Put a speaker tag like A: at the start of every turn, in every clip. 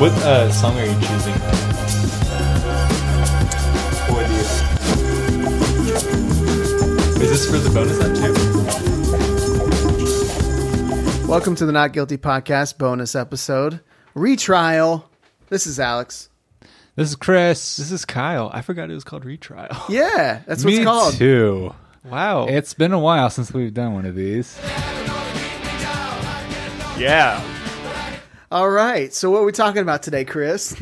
A: What uh, song are you choosing?
B: Boy, do you.
A: Is this for the bonus app too?
C: Welcome to the Not Guilty Podcast bonus episode retrial. This is Alex.
A: This is Chris. This is Kyle. I forgot it was called Retrial.
C: Yeah, that's what it's called.
B: too.
A: Wow.
B: It's been a while since we've done one of these.
A: yeah.
C: All right. So what are we talking about today, Chris?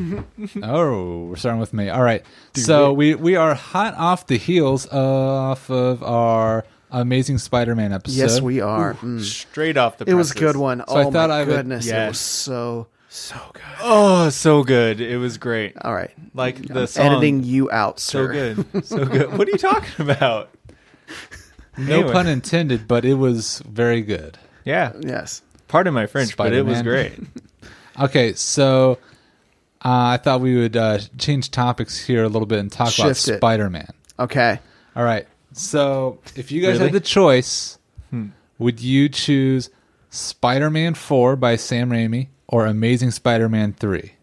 B: Oh, we're starting with me. All right. So we we are hot off the heels off of our Amazing Spider-Man episode.
C: yes, we are. Mm.
A: Straight off the
C: It was a
A: presses.
C: good one.
B: So I
C: oh
B: thought
C: my
B: I would-
C: goodness, it was
A: yes.
C: so so good.
A: Oh, so good. It was great.
C: All right,
A: Like the
C: Uh, I'm
A: song.
C: editing you out,
A: So
C: sir.
A: good. So good. What are you talking about?
B: No
A: Anyway.
B: pun intended, but it was very good.
A: Yeah.
C: Yes.
A: Pardon my French, but it was
B: Spider-Man.
A: great.
B: Okay, so uh, I thought we would uh, change topics here a little bit and talk
C: Shift
B: about
C: it.
B: Spider-Man.
C: Okay.
B: All right. So if you guys
A: Really?
B: had the choice, would you choose Spider-Man 4 by Sam Raimi or Amazing Spider-Man 3?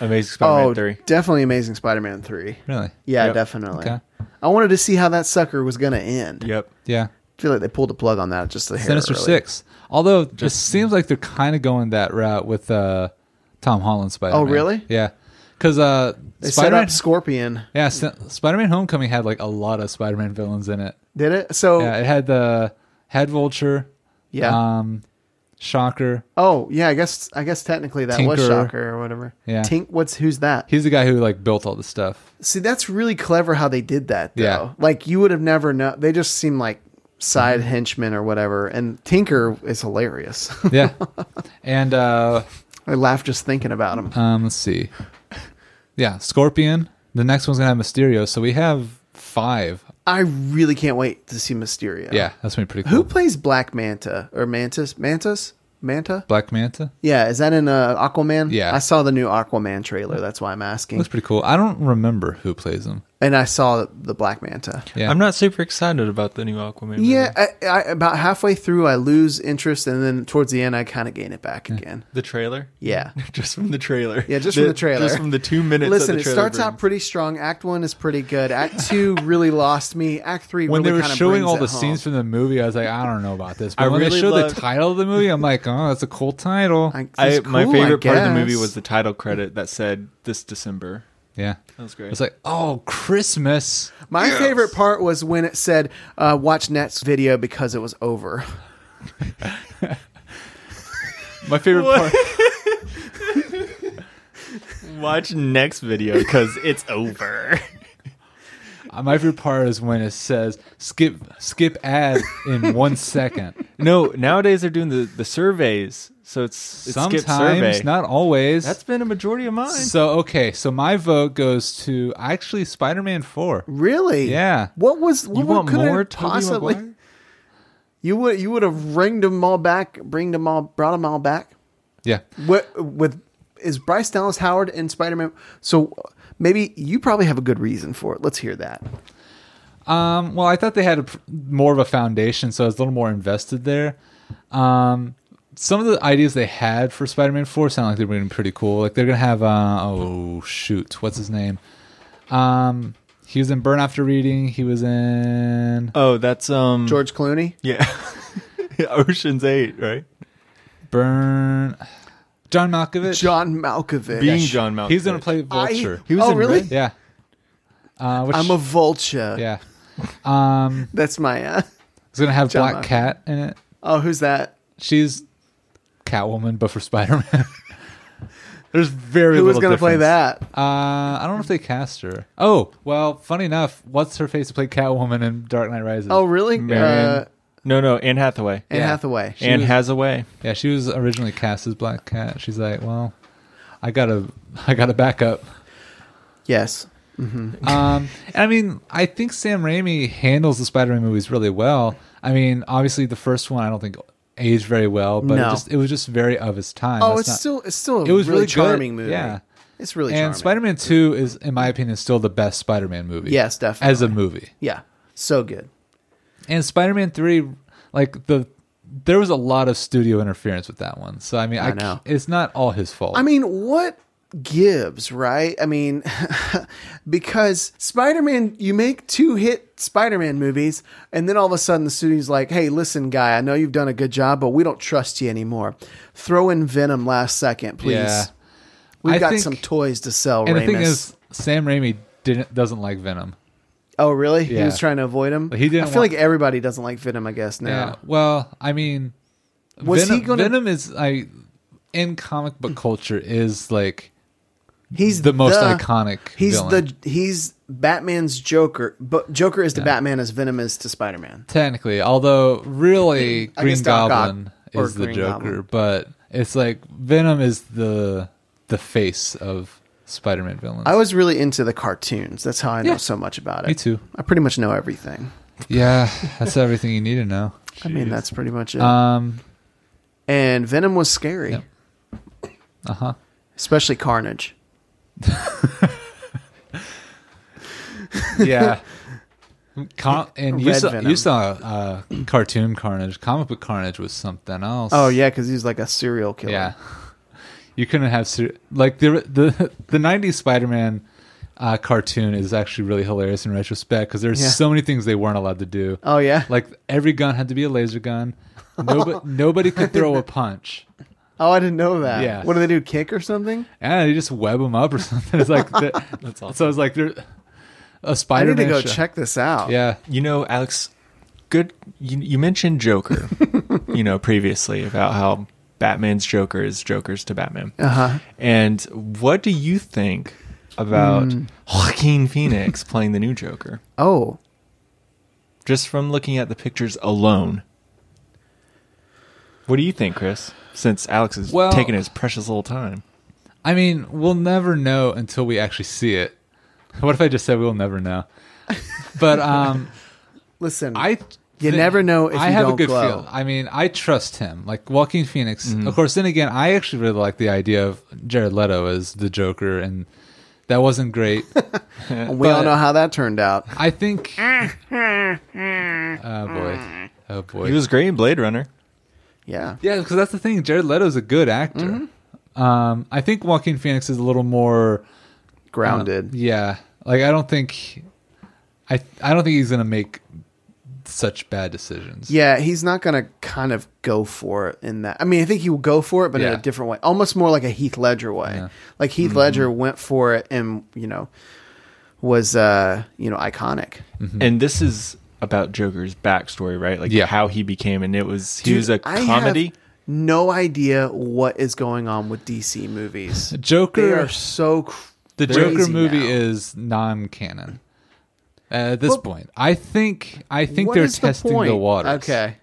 A: Amazing Spider-Man
C: oh,
A: 3.
C: definitely Amazing Spider-Man three.
B: Really?
C: Yeah,
A: Yep.
C: definitely.
B: Okay.
C: I wanted to see how that sucker was going to end.
A: Yep.
B: Yeah.
C: I feel like they pulled the plug on that just the hair.
B: Sinister
C: early.
B: Six. Although it seems like they're kind of going that route with uh, Tom Holland Spider. man
C: Oh, really?
B: Yeah, because uh,
C: They
B: Spider
C: set
B: Man.
C: up Scorpion.
B: yeah, Spider Man Homecoming had like a lot of Spider Man villains in it.
C: Did it? So
B: Yeah,
C: yeah.
B: it had the Head Vulture.
C: Oh. Yeah.
B: Um, Shocker.
C: oh yeah. I guess I guess technically that was
B: Tinker.
C: Shocker or whatever.
B: Yeah.
C: Tink. What's who's that?
B: He's the guy who like built all the stuff.
C: See, that's really clever how they did that. Though.
B: Yeah. Mm-hmm.
C: Like you would have never know. They just seem like side henchmen or whatever. And Tinker is hilarious.
B: Yeah. and uh,
C: I laugh just thinking about him.
B: um, let's see. Yeah, Scorpion. The next one's gonna have Mysterio. So we have five.
C: I really can't wait to see Mysterio.
B: Yeah, that's gonna be pretty
C: Who
B: cool.
C: plays Black Manta or Mantis? Mantis? Manta?
B: Black Manta.
C: Yeah, is that in uh, Aquaman?
B: Yeah.
C: I saw the new Aquaman trailer. That's why I'm asking.
B: Looks pretty cool. I don't remember who plays him.
C: And I saw the Black Manta.
B: Yeah.
A: I'm not super excited about the new Aquaman. movie.
C: Yeah, I, I, about halfway through, I lose interest, and then towards the end, I kind of gain it back again.
A: The trailer?
C: Yeah.
A: Just from the trailer.
C: Yeah, just from the trailer.
A: Just from the two minutes. that
C: Listen,
A: the
C: it
A: trailer
C: starts out
A: brings.
C: pretty strong. Act one is pretty good. Act two really lost me. Act three
B: when
C: really
B: they were
C: kinda
B: showing
C: brings
B: all
C: it
B: the
C: home.
B: scenes from the movie, I was like, I don't know about this. But
A: I
B: when
A: really
B: they showed
A: love-
B: the title of the movie, I'm like, oh, that's a cool title.
C: I,
A: I,
C: it's
A: my
C: cool, I
A: favorite part of the movie
C: guess.
A: was the title credit that said this December.
B: yeah, that
A: was great.
B: It's like, oh, Christmas.
C: My favorite part was when it said, uh, "Watch Net's video because it was over."
B: My favorite
A: What?
B: part.
A: Watch next video because it's over.
B: uh, My favorite part is when it says skip skip ad in one second.
A: no, nowadays they're doing the, the surveys, so it's, it's skip survey.
B: Sometimes, not always.
A: That's been a majority of mine.
B: so okay. So my vote goes to actually Spider-Man Four.
C: Really?
B: Yeah.
C: What was? What
A: you want
C: could it
A: more Tobey
C: possibly?
A: Maguire?
C: You would you would have ringed them all back, bring them all, brought them all back.
B: Yeah,
C: What with is Bryce Dallas Howard in Spider Man? So maybe you probably have a good reason for it. Let's hear that.
B: Um, well, I thought they had a, pr- more of a foundation, so I was a little more invested there. Um, some of the ideas they had for Spider-Man Four sound like they were going to be pretty cool. Like they're going to have, uh, oh shoot, what's his name? Um, he was in Burn After Reading. He was in
C: Uh,
A: oh, that's um
C: George Clooney.
A: Yeah, Ocean's Eight, right?
B: Burn. John Malkovich.
C: John Malkovich.
A: Being John Malkovich.
B: He's going to play
C: I-
B: Vulture.
A: He was
C: oh
A: in
C: really?
A: Red-
B: yeah. Uh, which,
C: I'm a vulture.
B: yeah. Um,
C: That's my. Uh,
B: it's going to have
C: John
B: Black
C: Malkovich.
B: Cat in it.
C: oh, who's that?
B: she's Catwoman, but for Spider Man. There's very
C: Who was
B: little
C: going to play
B: difference.
C: that?
B: Uh, I don't know if they cast her. Oh, well, funny enough, what's her face to play Catwoman in Dark Knight Rises?
C: Oh, really?
A: Marion.
C: Uh,
A: no, no, Anne Hathaway.
C: Anne
B: Yeah.
C: Hathaway.
B: She
A: Anne
B: was-
A: Hathaway.
B: yeah, she was originally cast as Black Cat. She's like, well, I gotta, I gotta back up.
C: Yes.
B: Um, and I mean, I think Sam Raimi handles the Spider-Man movies really well. I mean, obviously the first one I don't think aged very well, but
C: No.
B: it, just, it was just very of his time.
C: Oh,
B: That's
C: it's
B: not-
C: still it's still a
B: it was
C: really,
B: really good.
C: charming movie.
B: Yeah,
C: It's really
B: and
C: charming.
B: Spider-Man Two is, in my opinion, still the best Spider-Man movie.
C: Yes, definitely.
B: as a movie.
C: yeah, so good.
B: And Spider-Man Three, like the there was a lot of studio interference with that one. So I mean, I,
C: I know.
B: c- it's not all his fault.
C: I mean, what gives, right? I mean, because Spider Man, you make two hit Spider Man movies, and then all of a sudden the studio's like, hey, listen, guy, I know you've done a good job, but we don't trust you anymore. Throw in Venom last second, please.
B: Yeah.
C: We've
B: I
C: got
B: think-
C: some toys to sell,
B: and the thing
C: Ramus.
B: is, Sam Raimi didn't doesn't like Venom.
C: oh, really? He
B: Yeah.
C: was trying to avoid him?
B: He didn't
C: I feel
B: want-
C: like everybody doesn't like Venom, I guess, now.
B: Yeah. Well, I mean,
C: Was
B: Venom,
C: he gonna-
B: Venom is I in comic book culture is like
C: He's
B: the most iconic
C: He's
B: villain.
C: the he's Batman's Joker, but Joker is to Batman as Venom is to Spider Man.
B: technically, although really
C: I
B: Green
C: guess Doc Ock
B: Goblin
C: or
B: is the
C: Green
B: Joker,
C: Goblin.
B: but it's like Venom is the the face of Spider-Man villains.
C: I was really into the cartoons. That's how I know
B: Yeah.
C: so much about it.
B: Me too.
C: I pretty much know everything.
B: yeah, that's everything you need to know.
C: I mean, that's pretty much it.
B: Um,
C: and Venom was scary,
B: Yep. uh huh.
C: especially Carnage.
B: Yeah. Com- and you
C: Red
B: saw,
C: Venom.
B: you saw uh, cartoon Carnage. Comic book Carnage was something else.
C: Oh yeah, because he's like a serial killer.
B: Yeah. You couldn't have ser- like the the the '90s Spider-Man uh, cartoon is actually really hilarious in retrospect because there's
C: Yeah.
B: so many things they weren't allowed to do.
C: Oh yeah.
B: Like every gun had to be a laser gun. Nobody nobody could throw a punch.
C: oh, I didn't know that.
B: Yeah.
C: What do they do? Kick or something?
B: And you just web them up or something. It's like that, that's awesome. so. It's like there a
C: I
B: Spider-Man.
C: need to go
B: show-
C: check this out.
B: Yeah.
A: You know, Alex, good. You, you mentioned Joker, you know, previously about how Batman's Joker is Joker's to Batman.
C: Uh huh.
A: And what do you think about Joaquin Phoenix playing the new Joker?
C: Oh,
A: Just from looking at the pictures alone. What do you think, Chris? Since Alex is
B: Well-
A: taking his precious little time.
B: I mean, we'll never know until we actually see it. What if I just said we'll never know? But um,
C: listen.
B: I
C: You
B: thi-
C: never know if
B: I
C: you
B: have
C: don't
B: a good
C: glow. Mm-hmm.
B: feel. I mean, I trust him. Like Joaquin Phoenix. Of course, then again, I actually really like the idea of Jared Leto as the Joker, and that wasn't great.
C: we all
B: but-
C: know how that turned out.
B: I think. oh boy! Oh boy!
A: He was great in Blade Runner.
C: Yeah.
B: yeah, because that's the thing. Jared Leto's a good actor.
C: Mm-hmm.
B: Um, I think Joaquin Phoenix is a little more um,
C: Grounded.
B: Yeah, like I don't think, I I don't think he's gonna make such bad decisions.
C: Yeah, he's not going to kind of go for it in that. I mean, I think he will go for it, but in
B: Yeah.
C: a different way, almost more like a Heath Ledger way.
B: Yeah. Mm-hmm.
C: Like Heath Ledger went for it, and you know, was uh, you know iconic.
A: And this is about Joker's backstory, right? Like
B: Yeah.
A: how he became and it was he was a
C: Dude, I have
A: comedy.
C: no idea what is going on with DC movies.
B: Joker-
C: They are so. Cr-
B: the
C: crazy
B: Joker movie
C: now.
B: is non-canon at this
C: Well-
B: point. I think I think
C: What
B: they're
C: is the
B: testing the,
C: point?
B: waters.
C: Okay.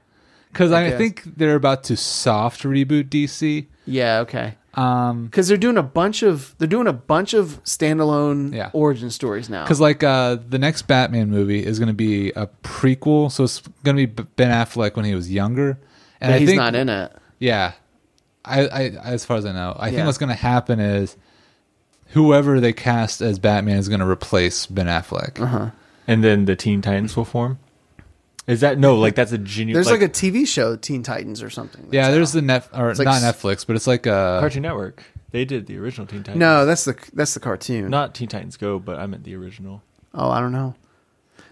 B: because I,
C: Okay.
B: think they're about to soft reboot DC.
C: Yeah. Okay.
B: Um,
C: Because they're doing a bunch of they're doing a bunch of standalone
B: Yeah.
C: origin stories now.
B: because like uh, the next Batman movie is going to be a prequel, so it's going to be B- Ben Affleck when he was younger, and
C: But
B: I
C: he's
B: think
C: not in it.
B: Yeah, I, I as far as I know, I
C: Yeah.
B: think what's going to happen is whoever they cast as Batman is going to replace Ben Affleck.
C: Uh-huh.
A: And then the Teen Titans will form. Is that no? Like that's a genuine.
C: There's like, a TV show, Teen Titans or something.
B: Yeah,
C: that's
B: there's
C: out.
B: the net or
C: like
B: not
C: s-
B: Netflix, but it's like uh, a
A: Cartoon Network. They did the original Teen Titans.
C: No, that's the that's the cartoon.
A: not Teen Titans Go, but I meant the original.
C: oh, I don't know.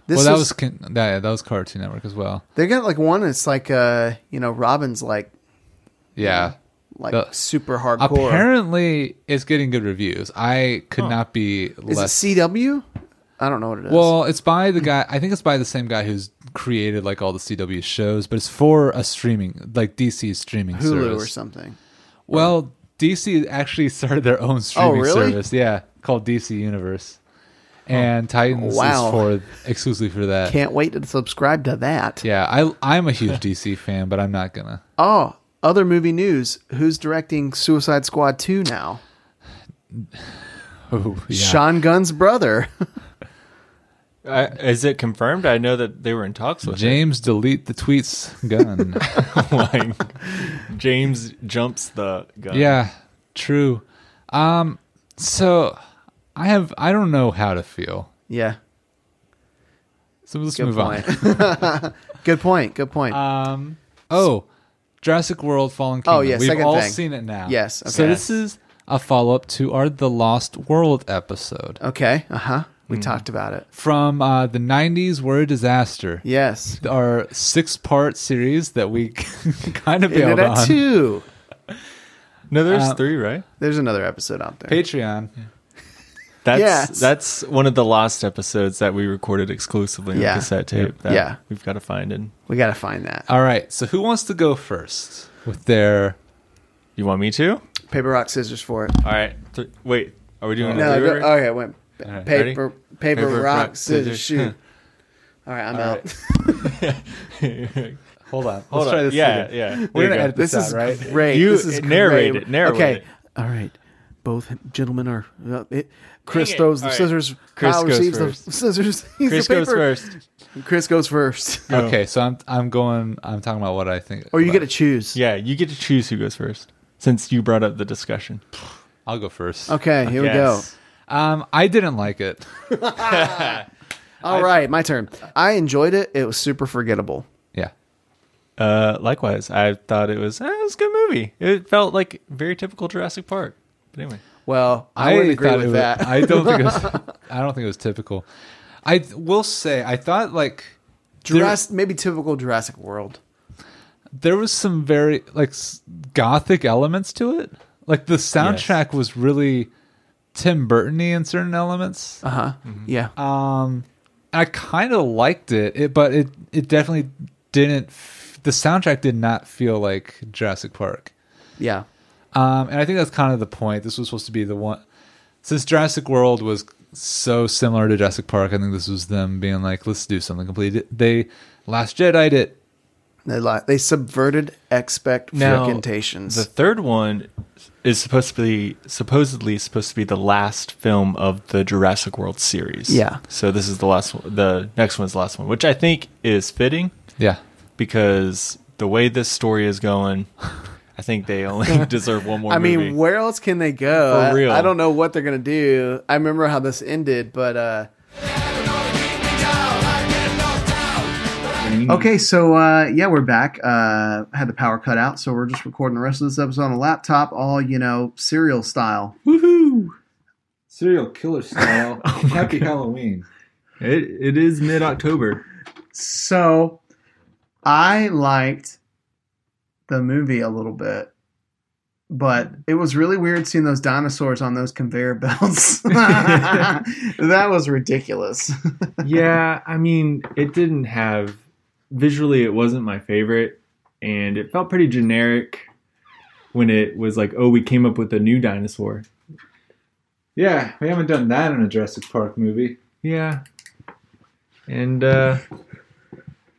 C: This
B: well that
C: is-
B: was con- that yeah, that was Cartoon Network as well.
C: they got like one. It's like uh, you know, Robin's like
B: Yeah.
C: like
B: The-
C: super hardcore.
B: Apparently, it's getting good reviews. I could not be
C: is
B: less.
C: it CW? I don't know what it is.
B: well, it's by the guy. I think it's by the same guy who's created like all the CW shows, but it's for a streaming, like DC streaming
C: Hulu
B: service.
C: or something. Oh,
B: Well, DC actually started their own streaming
C: really?
B: service. Yeah, called DC Universe, and Titans
C: Wow.
B: is for exclusively for that.
C: Can't wait to subscribe to that.
B: yeah, I I'm a huge DC fan, but I'm not gonna.
C: Oh, other movie news. Who's directing Suicide Squad two now?
B: Oh, yeah.
C: Sean Gunn's brother.
A: I, is it confirmed? I know that they were in talks with it.
B: James, delete the tweets. Gun.
A: like, James jumps the gun.
B: yeah, true. Um, So I have I don't know how to feel.
C: Yeah.
B: So let's
C: Good
B: move
C: point. good point. Good point.
B: on. Um, oh, Jurassic World: Fallen Kingdom.
C: Oh, yeah,
B: we've
C: second
B: all
C: thing.
B: seen it now.
C: Yes, okay.
B: So this is a follow up to our The Lost World episode
C: okay. Uh huh.
B: hmm.
C: We talked about it.
B: from uh, the '90s. Were a disaster.
C: Yes.
B: Our six part series that we kind of
C: Ended
B: bailed
C: at
B: on.
C: two.
A: No, there's
B: Uh,
A: three, right?
C: There's another episode out there.
B: Patreon.
A: That's
C: Yes.
A: that's one of the lost episodes that we recorded exclusively
C: Yeah.
A: on cassette tape. That
C: Yeah.
A: we've got to find. And
C: We got to find that.
B: All right. So who wants to go first with their?
A: you want me to? All
C: Paper, rock, scissors for it.
A: right. Th- wait, are we
B: Uh,
A: doing?
C: No,
A: a
C: go,
A: three-way?
C: okay, went
B: All right,
C: paper, paper,
A: Paper,
C: rock,
A: rock,
C: scissors,
A: scissors.
C: shoot. All right, I'm out.
B: Hold on. uh, Let's
A: Hold
B: try
A: on.
B: this.
A: Yeah,
B: again.
A: yeah.
B: We're
A: There you
B: gonna
A: go.
B: edit this,
C: This
B: out,
C: is
B: right?
C: great.
A: You-
C: this is
A: narrate
C: great.
A: it, narrate
C: okay.
A: it.
C: All right. Both gentlemen are. Uh, it, Chris
A: it.
C: throws the
A: All right.
C: scissors.
A: Chris
C: Kyle
A: goes
C: receives the
A: first.
C: scissors. He's
A: Chris
C: the paper.
A: goes first.
C: Chris goes first.
A: Go.
B: Okay, so I'm I'm going. I'm talking about what I think.
C: Or you
B: about-
C: get to choose.
A: Yeah, you get to choose who goes first, since you brought up the discussion.
B: I'll go first.
C: Okay, here
A: Yes.
B: Um, I didn't like it.
C: we go. All right, my turn. I enjoyed it. It was super forgettable.
B: Yeah.
A: Uh, likewise, I thought it was eh, it was a good movie. It felt like very typical Jurassic Park. But anyway,
C: Well, I, wouldn't agree
B: thought
C: with
B: it was-
C: that.
B: I don't think it was, I don't think it was typical. I will say I thought like there-
C: Jurassic, maybe typical Jurassic World.
B: there, was some very like s- gothic elements to it. Like the soundtrack was really Tim Burton-y in certain elements.
C: Uh huh. Yeah.
B: Um, I kind of liked it, it, but it it definitely didn't. F- the soundtrack did not feel like Jurassic Park.
C: yeah.
B: Um, and I think that's kind of the point. This was supposed to be the one. Since Jurassic World was so similar to Jurassic Park, I think this was them being like, let's do something completely. They Last Jedi it.
C: They li- they subverted
A: Now,
C: expectations.
A: the third one is supposed to be supposedly supposed to be the last film of the Jurassic World series.
C: Yeah.
A: So this is the last one. The next one's the last one, which I think is fitting
B: Yeah.
A: because the way this story is going, I think they only deserve one more.
C: I mean,
A: movie.
C: where else can they go?
A: For
C: I-
A: real.
C: I, don't know what they're gonna do. I remember how this ended, but uh
A: Mm.
C: Okay, so uh, yeah, we're back. Uh, had the power cut out, so we're just recording the rest of this episode on a laptop, all you know, serial style. Woohoo!
B: Serial killer style. Happy Halloween.
A: Oh it, it is mid October.
C: So, I liked the movie a little bit, but it was really weird seeing those dinosaurs on those conveyor belts. that was ridiculous.
A: yeah, I mean, it didn't have visually. It wasn't my favorite, and it felt pretty generic when it was like, "Oh, we came up with a new dinosaur."
B: Yeah, we haven't done that in a Jurassic Park movie.
A: Yeah, and uh,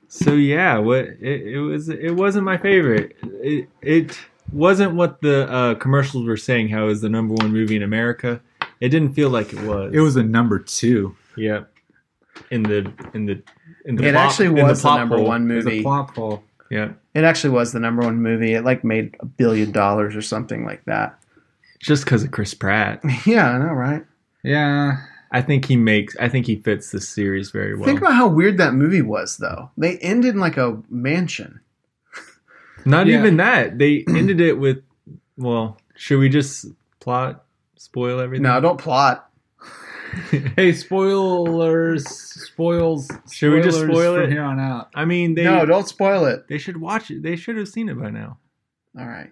A: so yeah, what it, it was. It wasn't my favorite. It it wasn't what the uh, commercials were saying. How it was the number one movie in America? It didn't feel like it was.
B: It was a number two.
A: Yeah. In the in the in the
C: It
A: plop-
C: actually
A: in
C: was the
A: plop
C: number
A: hole.
C: one
B: It was a
C: movie.
B: plop hole.
A: Yeah.
C: It actually was the number one movie. It like made a billion dollars or something like that.
A: Just because of Chris Pratt,
C: Yeah, I know, right?
B: Yeah.
A: I think he makes. I think he fits this series very well.
C: Think about how weird that movie was, though. They ended in like a mansion.
A: Not
B: Yeah.
A: even that. They ended it with. Well, should we just plot spoil everything?
C: No, don't plot.
B: Hey, spoilers. Spoils.
A: Should we just
B: spoilers
A: spoil
B: from
A: it?
B: here on out?
A: I mean, they
C: no, don't spoil it.
A: they should watch it. They should have seen it by now.
C: All right.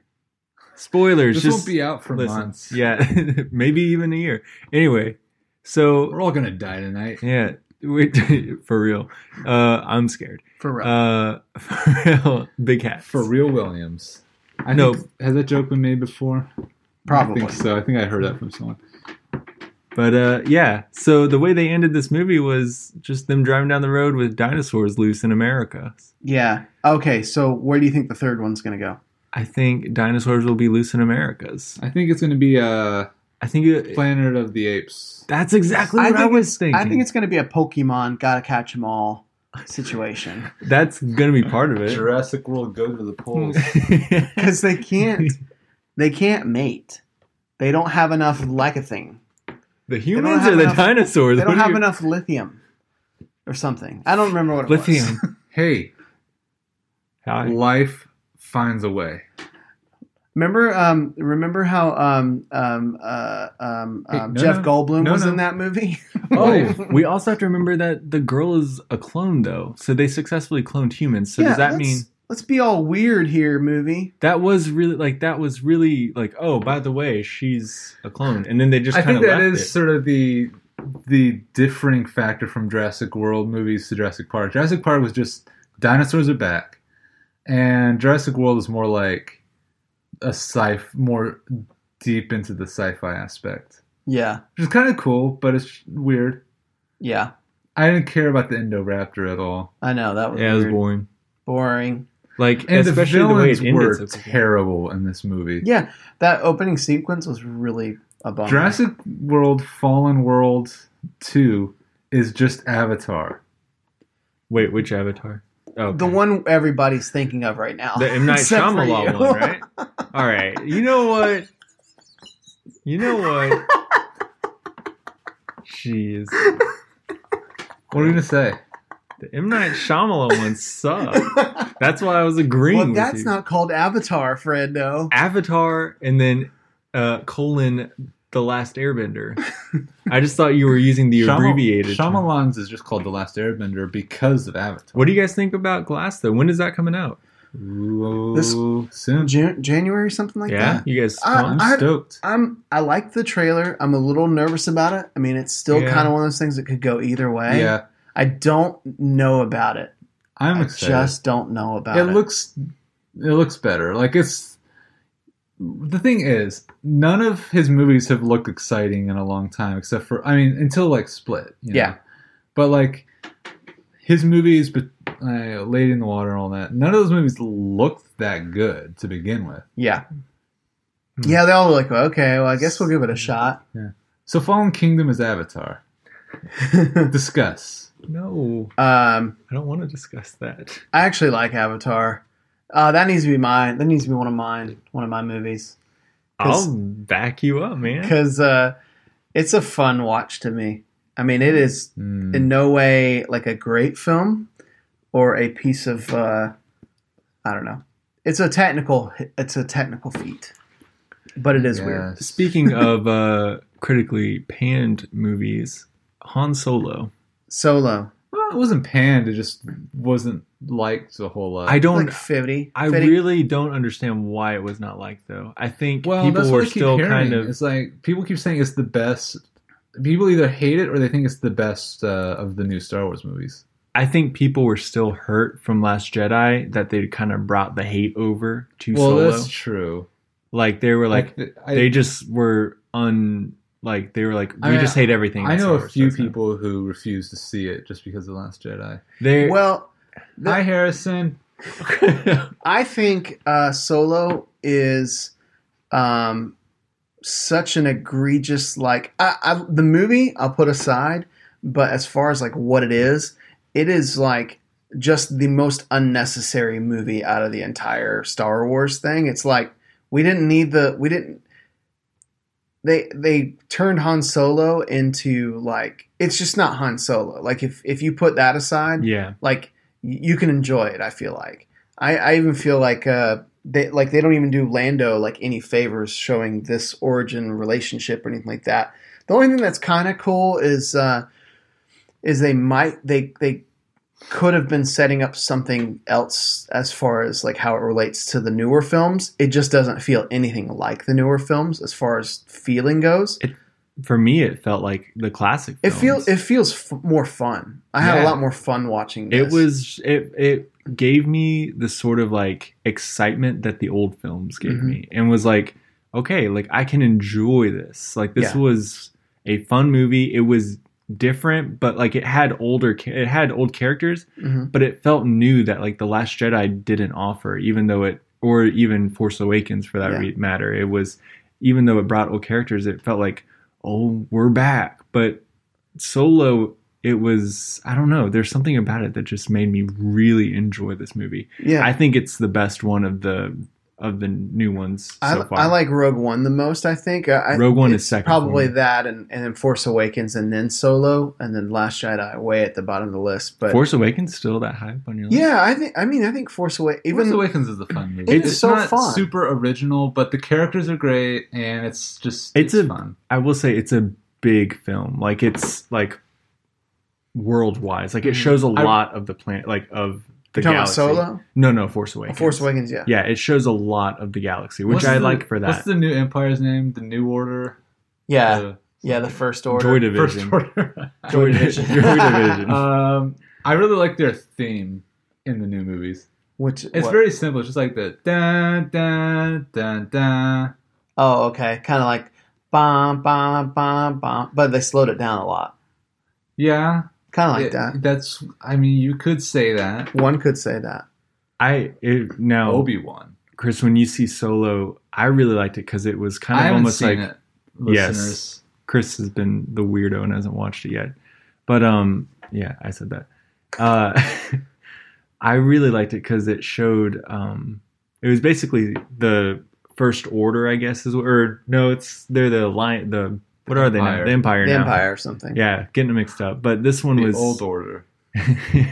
A: Spoilers.
B: This
A: just
B: won't be out for
A: listen.
B: months.
A: Yeah, maybe even a year. Anyway, so
B: We're all gonna die tonight.
A: yeah, we, for real, uh, I'm scared.
C: For real.
A: Uh, for real, big hat
B: For real Williams. I
A: No.
B: know. Has that joke been made before?
C: Probably.
B: I think so. I think I heard that from someone.
A: But uh, yeah, so the way they ended this movie was just them driving down the road with dinosaurs loose in America.
C: Yeah. Okay, so where do you think the third one's going to go?
A: I think dinosaurs will be loose in Americas.
B: I think it's going to be uh,
A: I think it,
B: Planet of the Apes.
A: that's exactly what I,
C: think
A: was
C: it's-
A: thinking.
C: I think it's going to be a Pokemon gotta catch 'em all situation
A: that's gonna be part of it.
B: Hmm. Jurassic World, go to the polls.
C: because they can't they can't mate. They don't have enough lycopene.
D: The humans
C: have
D: or the
C: enough-
D: dinosaurs?
C: They don't
D: What are
C: have
D: you-
C: enough lithium or something. I don't remember what it was.
D: lithium.
B: Hey,
D: Hi.
B: life finds a way.
C: Remember, um, remember how um, um, uh, um,
B: Hey,
C: um,
B: no,
C: Jeff
B: no.
C: Goldblum
B: No,
C: was
B: no.
C: in that movie?
D: Oh, we also have to remember that the girl is a clone, though. So they successfully cloned humans. So does that
C: let's-
D: mean
C: Let's be all weird here, movie.
D: that was really like that was really like oh by the way she's a clone and then they just
B: I
D: kind
B: think
D: of
B: that
D: left
B: is
D: it.
B: sort of the the differing factor from Jurassic World movies to Jurassic Park. Jurassic Park was just dinosaurs are back, and Jurassic World is more like a sci more deep into the sci-fi aspect,
C: Yeah,
B: which is kind of cool, but it's weird.
C: yeah,
B: I didn't care about the Indoraptor at all,
C: I know that was,
D: yeah, it was
C: weird.
D: boring.
C: boring.
D: Like
B: and
D: especially
B: the
D: the, way
B: villains
D: it ended.
B: were
D: so quickly.
B: terrible in this movie.
C: Yeah, that opening sequence was really a bummer.
B: Jurassic World Fallen World 2 is just Avatar.
D: Wait, which Avatar? Oh,
C: the one everybody's thinking of right now.
D: the M Night
C: Except for
D: Shyamalan
C: you.
D: one, right? All right, you know what? You know what? Jeez,
B: What are you going to say?
D: the M Night Shyamalan one sucked. That's why I was agreeing.
C: well,
D: with
C: that's
D: you.
C: not called Avatar, Fred. No.
D: Avatar and then uh, colon the Last Airbender. I just thought you were using the
B: Shyam-
D: abbreviated. term.
B: Shyamalan's is just called The Last Airbender because of Avatar.
D: What do you guys think about Glass though? When is that coming out?
B: This
C: This-
B: soon.
C: Jan- January, something like
D: yeah,
C: that. Uh,
D: you guys.
C: I-
B: I'm
D: pumped?
C: I-
B: stoked.
C: I'm. I like the trailer. I'm a little nervous about it. I mean, it's still
D: Yeah.
C: kind of one of those things that could go either way.
B: yeah,
C: I don't know about it.
B: I'm
C: i
B: excited.
C: just don't know about
B: it
C: it.
B: looks it looks better. Like it's the thing is, none of his movies have looked exciting in a long time, except for I mean, until like Split. you know?
C: Yeah.
B: but like his movies, but uh, Lady in the Water and all that. None of those movies looked that good to begin with.
C: yeah.
D: Hmm.
C: Yeah, they all look okay. Well, I guess we'll give it a shot.
B: So Fallen Kingdom is Avatar. Discuss.
D: no,
C: Um,
D: I don't want to discuss that.
C: I actually like Avatar. Uh, that needs to be mine. That needs to be one of mine. One of my movies
D: I'll
C: 'Cause-
D: back you up, man.
C: because uh, it's a fun watch to me. I mean, it is
B: Mm.
C: in no way like a great film or a piece of uh, I don't know. It's a technical. It's a technical feat, but it is weird.
B: Yes.
D: Speaking of uh, critically panned movies, Han Solo.
C: Solo,
B: Well, it wasn't panned. It just wasn't liked a whole lot.
D: I don't.
C: like 50.
D: I
C: 50
D: really don't understand why it was not like though. I think
B: well, that's
D: people
B: what
D: were
B: I keep
D: still
B: hearing.
D: kind of
B: It's like people keep saying it's the best. People either hate it or they think it's the best uh, of the new Star Wars movies.
D: I think people were still hurt from Last Jedi that they kind of brought the hate over to
B: well,
D: Solo.
B: that's true.
D: Like they were like,
B: th- I,
D: they just were un like they were like we
B: I mean,
D: just hate everything.
B: I
D: that's
B: know
D: Star
B: a
D: Wars
B: few
D: does now."
B: people who refuse to see it just because of The Last Jedi.
D: They
C: well. The-
B: Hi, Harrison.
C: I think uh, Solo is um, such an egregious like I, I, the movie I'll put aside, but as far as like what it is, it is like just the most unnecessary movie out of the entire Star Wars thing. It's like we didn't need the we didn't they they turned Han Solo into like it's just not Han Solo. Like if if you put that aside,
D: yeah,
C: like y- you can enjoy it. I feel like I, I even feel like uh they like they don't even do Lando like any favors showing this origin relationship or anything like that. The only thing that's kind of cool is uh is they might they they could have been setting up something else as far as like how it relates to the newer films. It just doesn't feel anything like the newer films as far as feeling goes.
D: for me it felt like the classic.
C: It
D: films.
C: feels it feels f- more fun. I had
B: Yeah.
C: a lot more fun watching this.
D: it was it it gave me the sort of like excitement that the old films gave
C: Mhm.
D: me and was like okay like i can enjoy this like this
C: Yeah.
D: was a fun movie it was different but like it had older cha- it had old characters
C: Mhm.
D: but it felt new that like the last jedi didn't offer even though it or even force awakens for that
C: Yeah.
D: re- matter it was even though it brought old characters it felt like oh we're back but solo it was i don't know there's something about it that just made me really enjoy this movie
C: yeah.
D: i think it's the best one of the of the new ones so
C: I,
D: far.
C: I like Rogue One the most. I think I, I-
D: Rogue One is
C: it's
D: second for
C: Probably
D: me.
C: that, and, and then Force Awakens, and then Solo, and then Last Jedi, way at the bottom of the list. But
D: Force Awakens still that hype on your list?
C: yeah, I think I mean I think Force Awakens.
B: Force
C: Even
B: Awakens is a fun movie.
C: It's
B: It's,
C: so
B: not
C: fun.
B: super original, but the characters are great, and it's just
D: It's
B: it's,
D: a-
B: fun.
D: I will say it's a big film. Like it's like world wise. Like it shows a
B: Mm-hmm. I-
D: lot of the planet like of the
C: you're talking about
D: galaxy.
C: Solo,
D: No, no, Force Awakens.
C: Force Awakens, yeah.
D: Yeah, it shows a lot of the galaxy, which
B: What's
D: I
B: the-
D: like for that.
B: What's the new empire's name? The New Order.
C: yeah,
B: The
C: yeah. The first order,
D: Joy
B: First
D: Division.
B: Order.
D: Joy
C: Division.
D: Division. Joy Division.
B: um, I really like their theme in the new movies.
C: which
B: It's
C: what-
B: very simple. It's just like the dun dun dun dun.
C: oh okay, kind of like bomb, bomb, bomb, bomb, but they slowed it down a lot,
B: Yeah,
C: kind of like
B: it-
C: that.
B: That's. I mean, you could say that
C: One could say that.
D: I it, now
B: Obi Wan.
D: Chris, when you see Solo, I really liked it because it was
B: I
D: kind of
B: haven't
D: almost
B: seen
D: like
B: it.
D: Yes.
B: Listeners.
D: Chris has been the weirdo and hasn't watched it yet. But um, yeah, I said that. Uh, I really liked it because it showed. Um, it was basically the first order, I guess, is or no, it's they're the lion. The what are they now?
B: Empire.
D: The Empire.
C: The
D: now.
C: Empire or something.
D: Yeah, getting them mixed up. But this one
B: the
D: was
B: old order.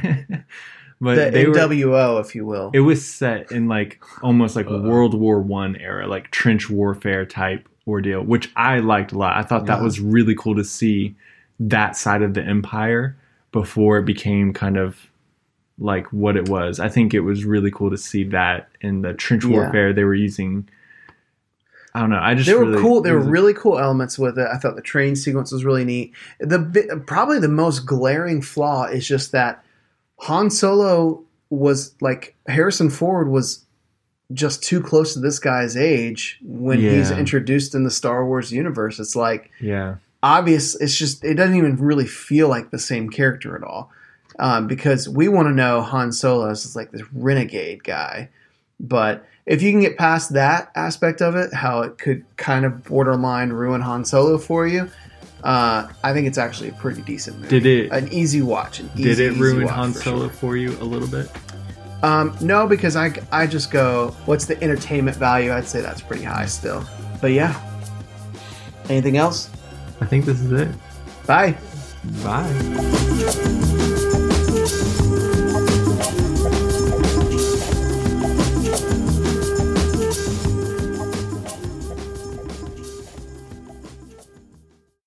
D: but
C: the
D: they were,
C: NWO, if you will.
D: it was set in like almost like
B: Uh.
D: World War One era, like trench warfare type ordeal, which I liked a lot. I thought that
C: Yeah.
D: was really cool to see that side of the empire before it became kind of like what it was. I think it was really cool to see that in the trench
C: Yeah.
D: warfare they were using. I don't know. I just
C: they were
D: really-
C: cool. They
D: it
C: were
D: was a-
C: really cool elements with it. I thought the train sequence was really neat. The bi- probably the most glaring flaw is just that Han Solo was like Harrison Ford was just too close to this guy's age when he's
D: Yeah.
C: introduced in the Star Wars universe. It's like
D: yeah.
C: obvious. It's just it doesn't even really feel like the same character at all um, because we want to know Han Solo is like this renegade guy, but if you can get past that aspect of it, how it could kind of borderline ruin Han Solo for you, uh, I think it's actually a pretty decent movie.
D: Did it
C: an easy watch. An easy,
D: did it
C: easy
D: ruin
C: watch
D: Han
C: for
D: Solo
C: sure.
D: for you a little bit?
C: Um, no, because I I just go, what's the entertainment value? I'd say that's pretty high still. But yeah. Anything else?
D: I think this is it.
C: Bye.
D: Bye.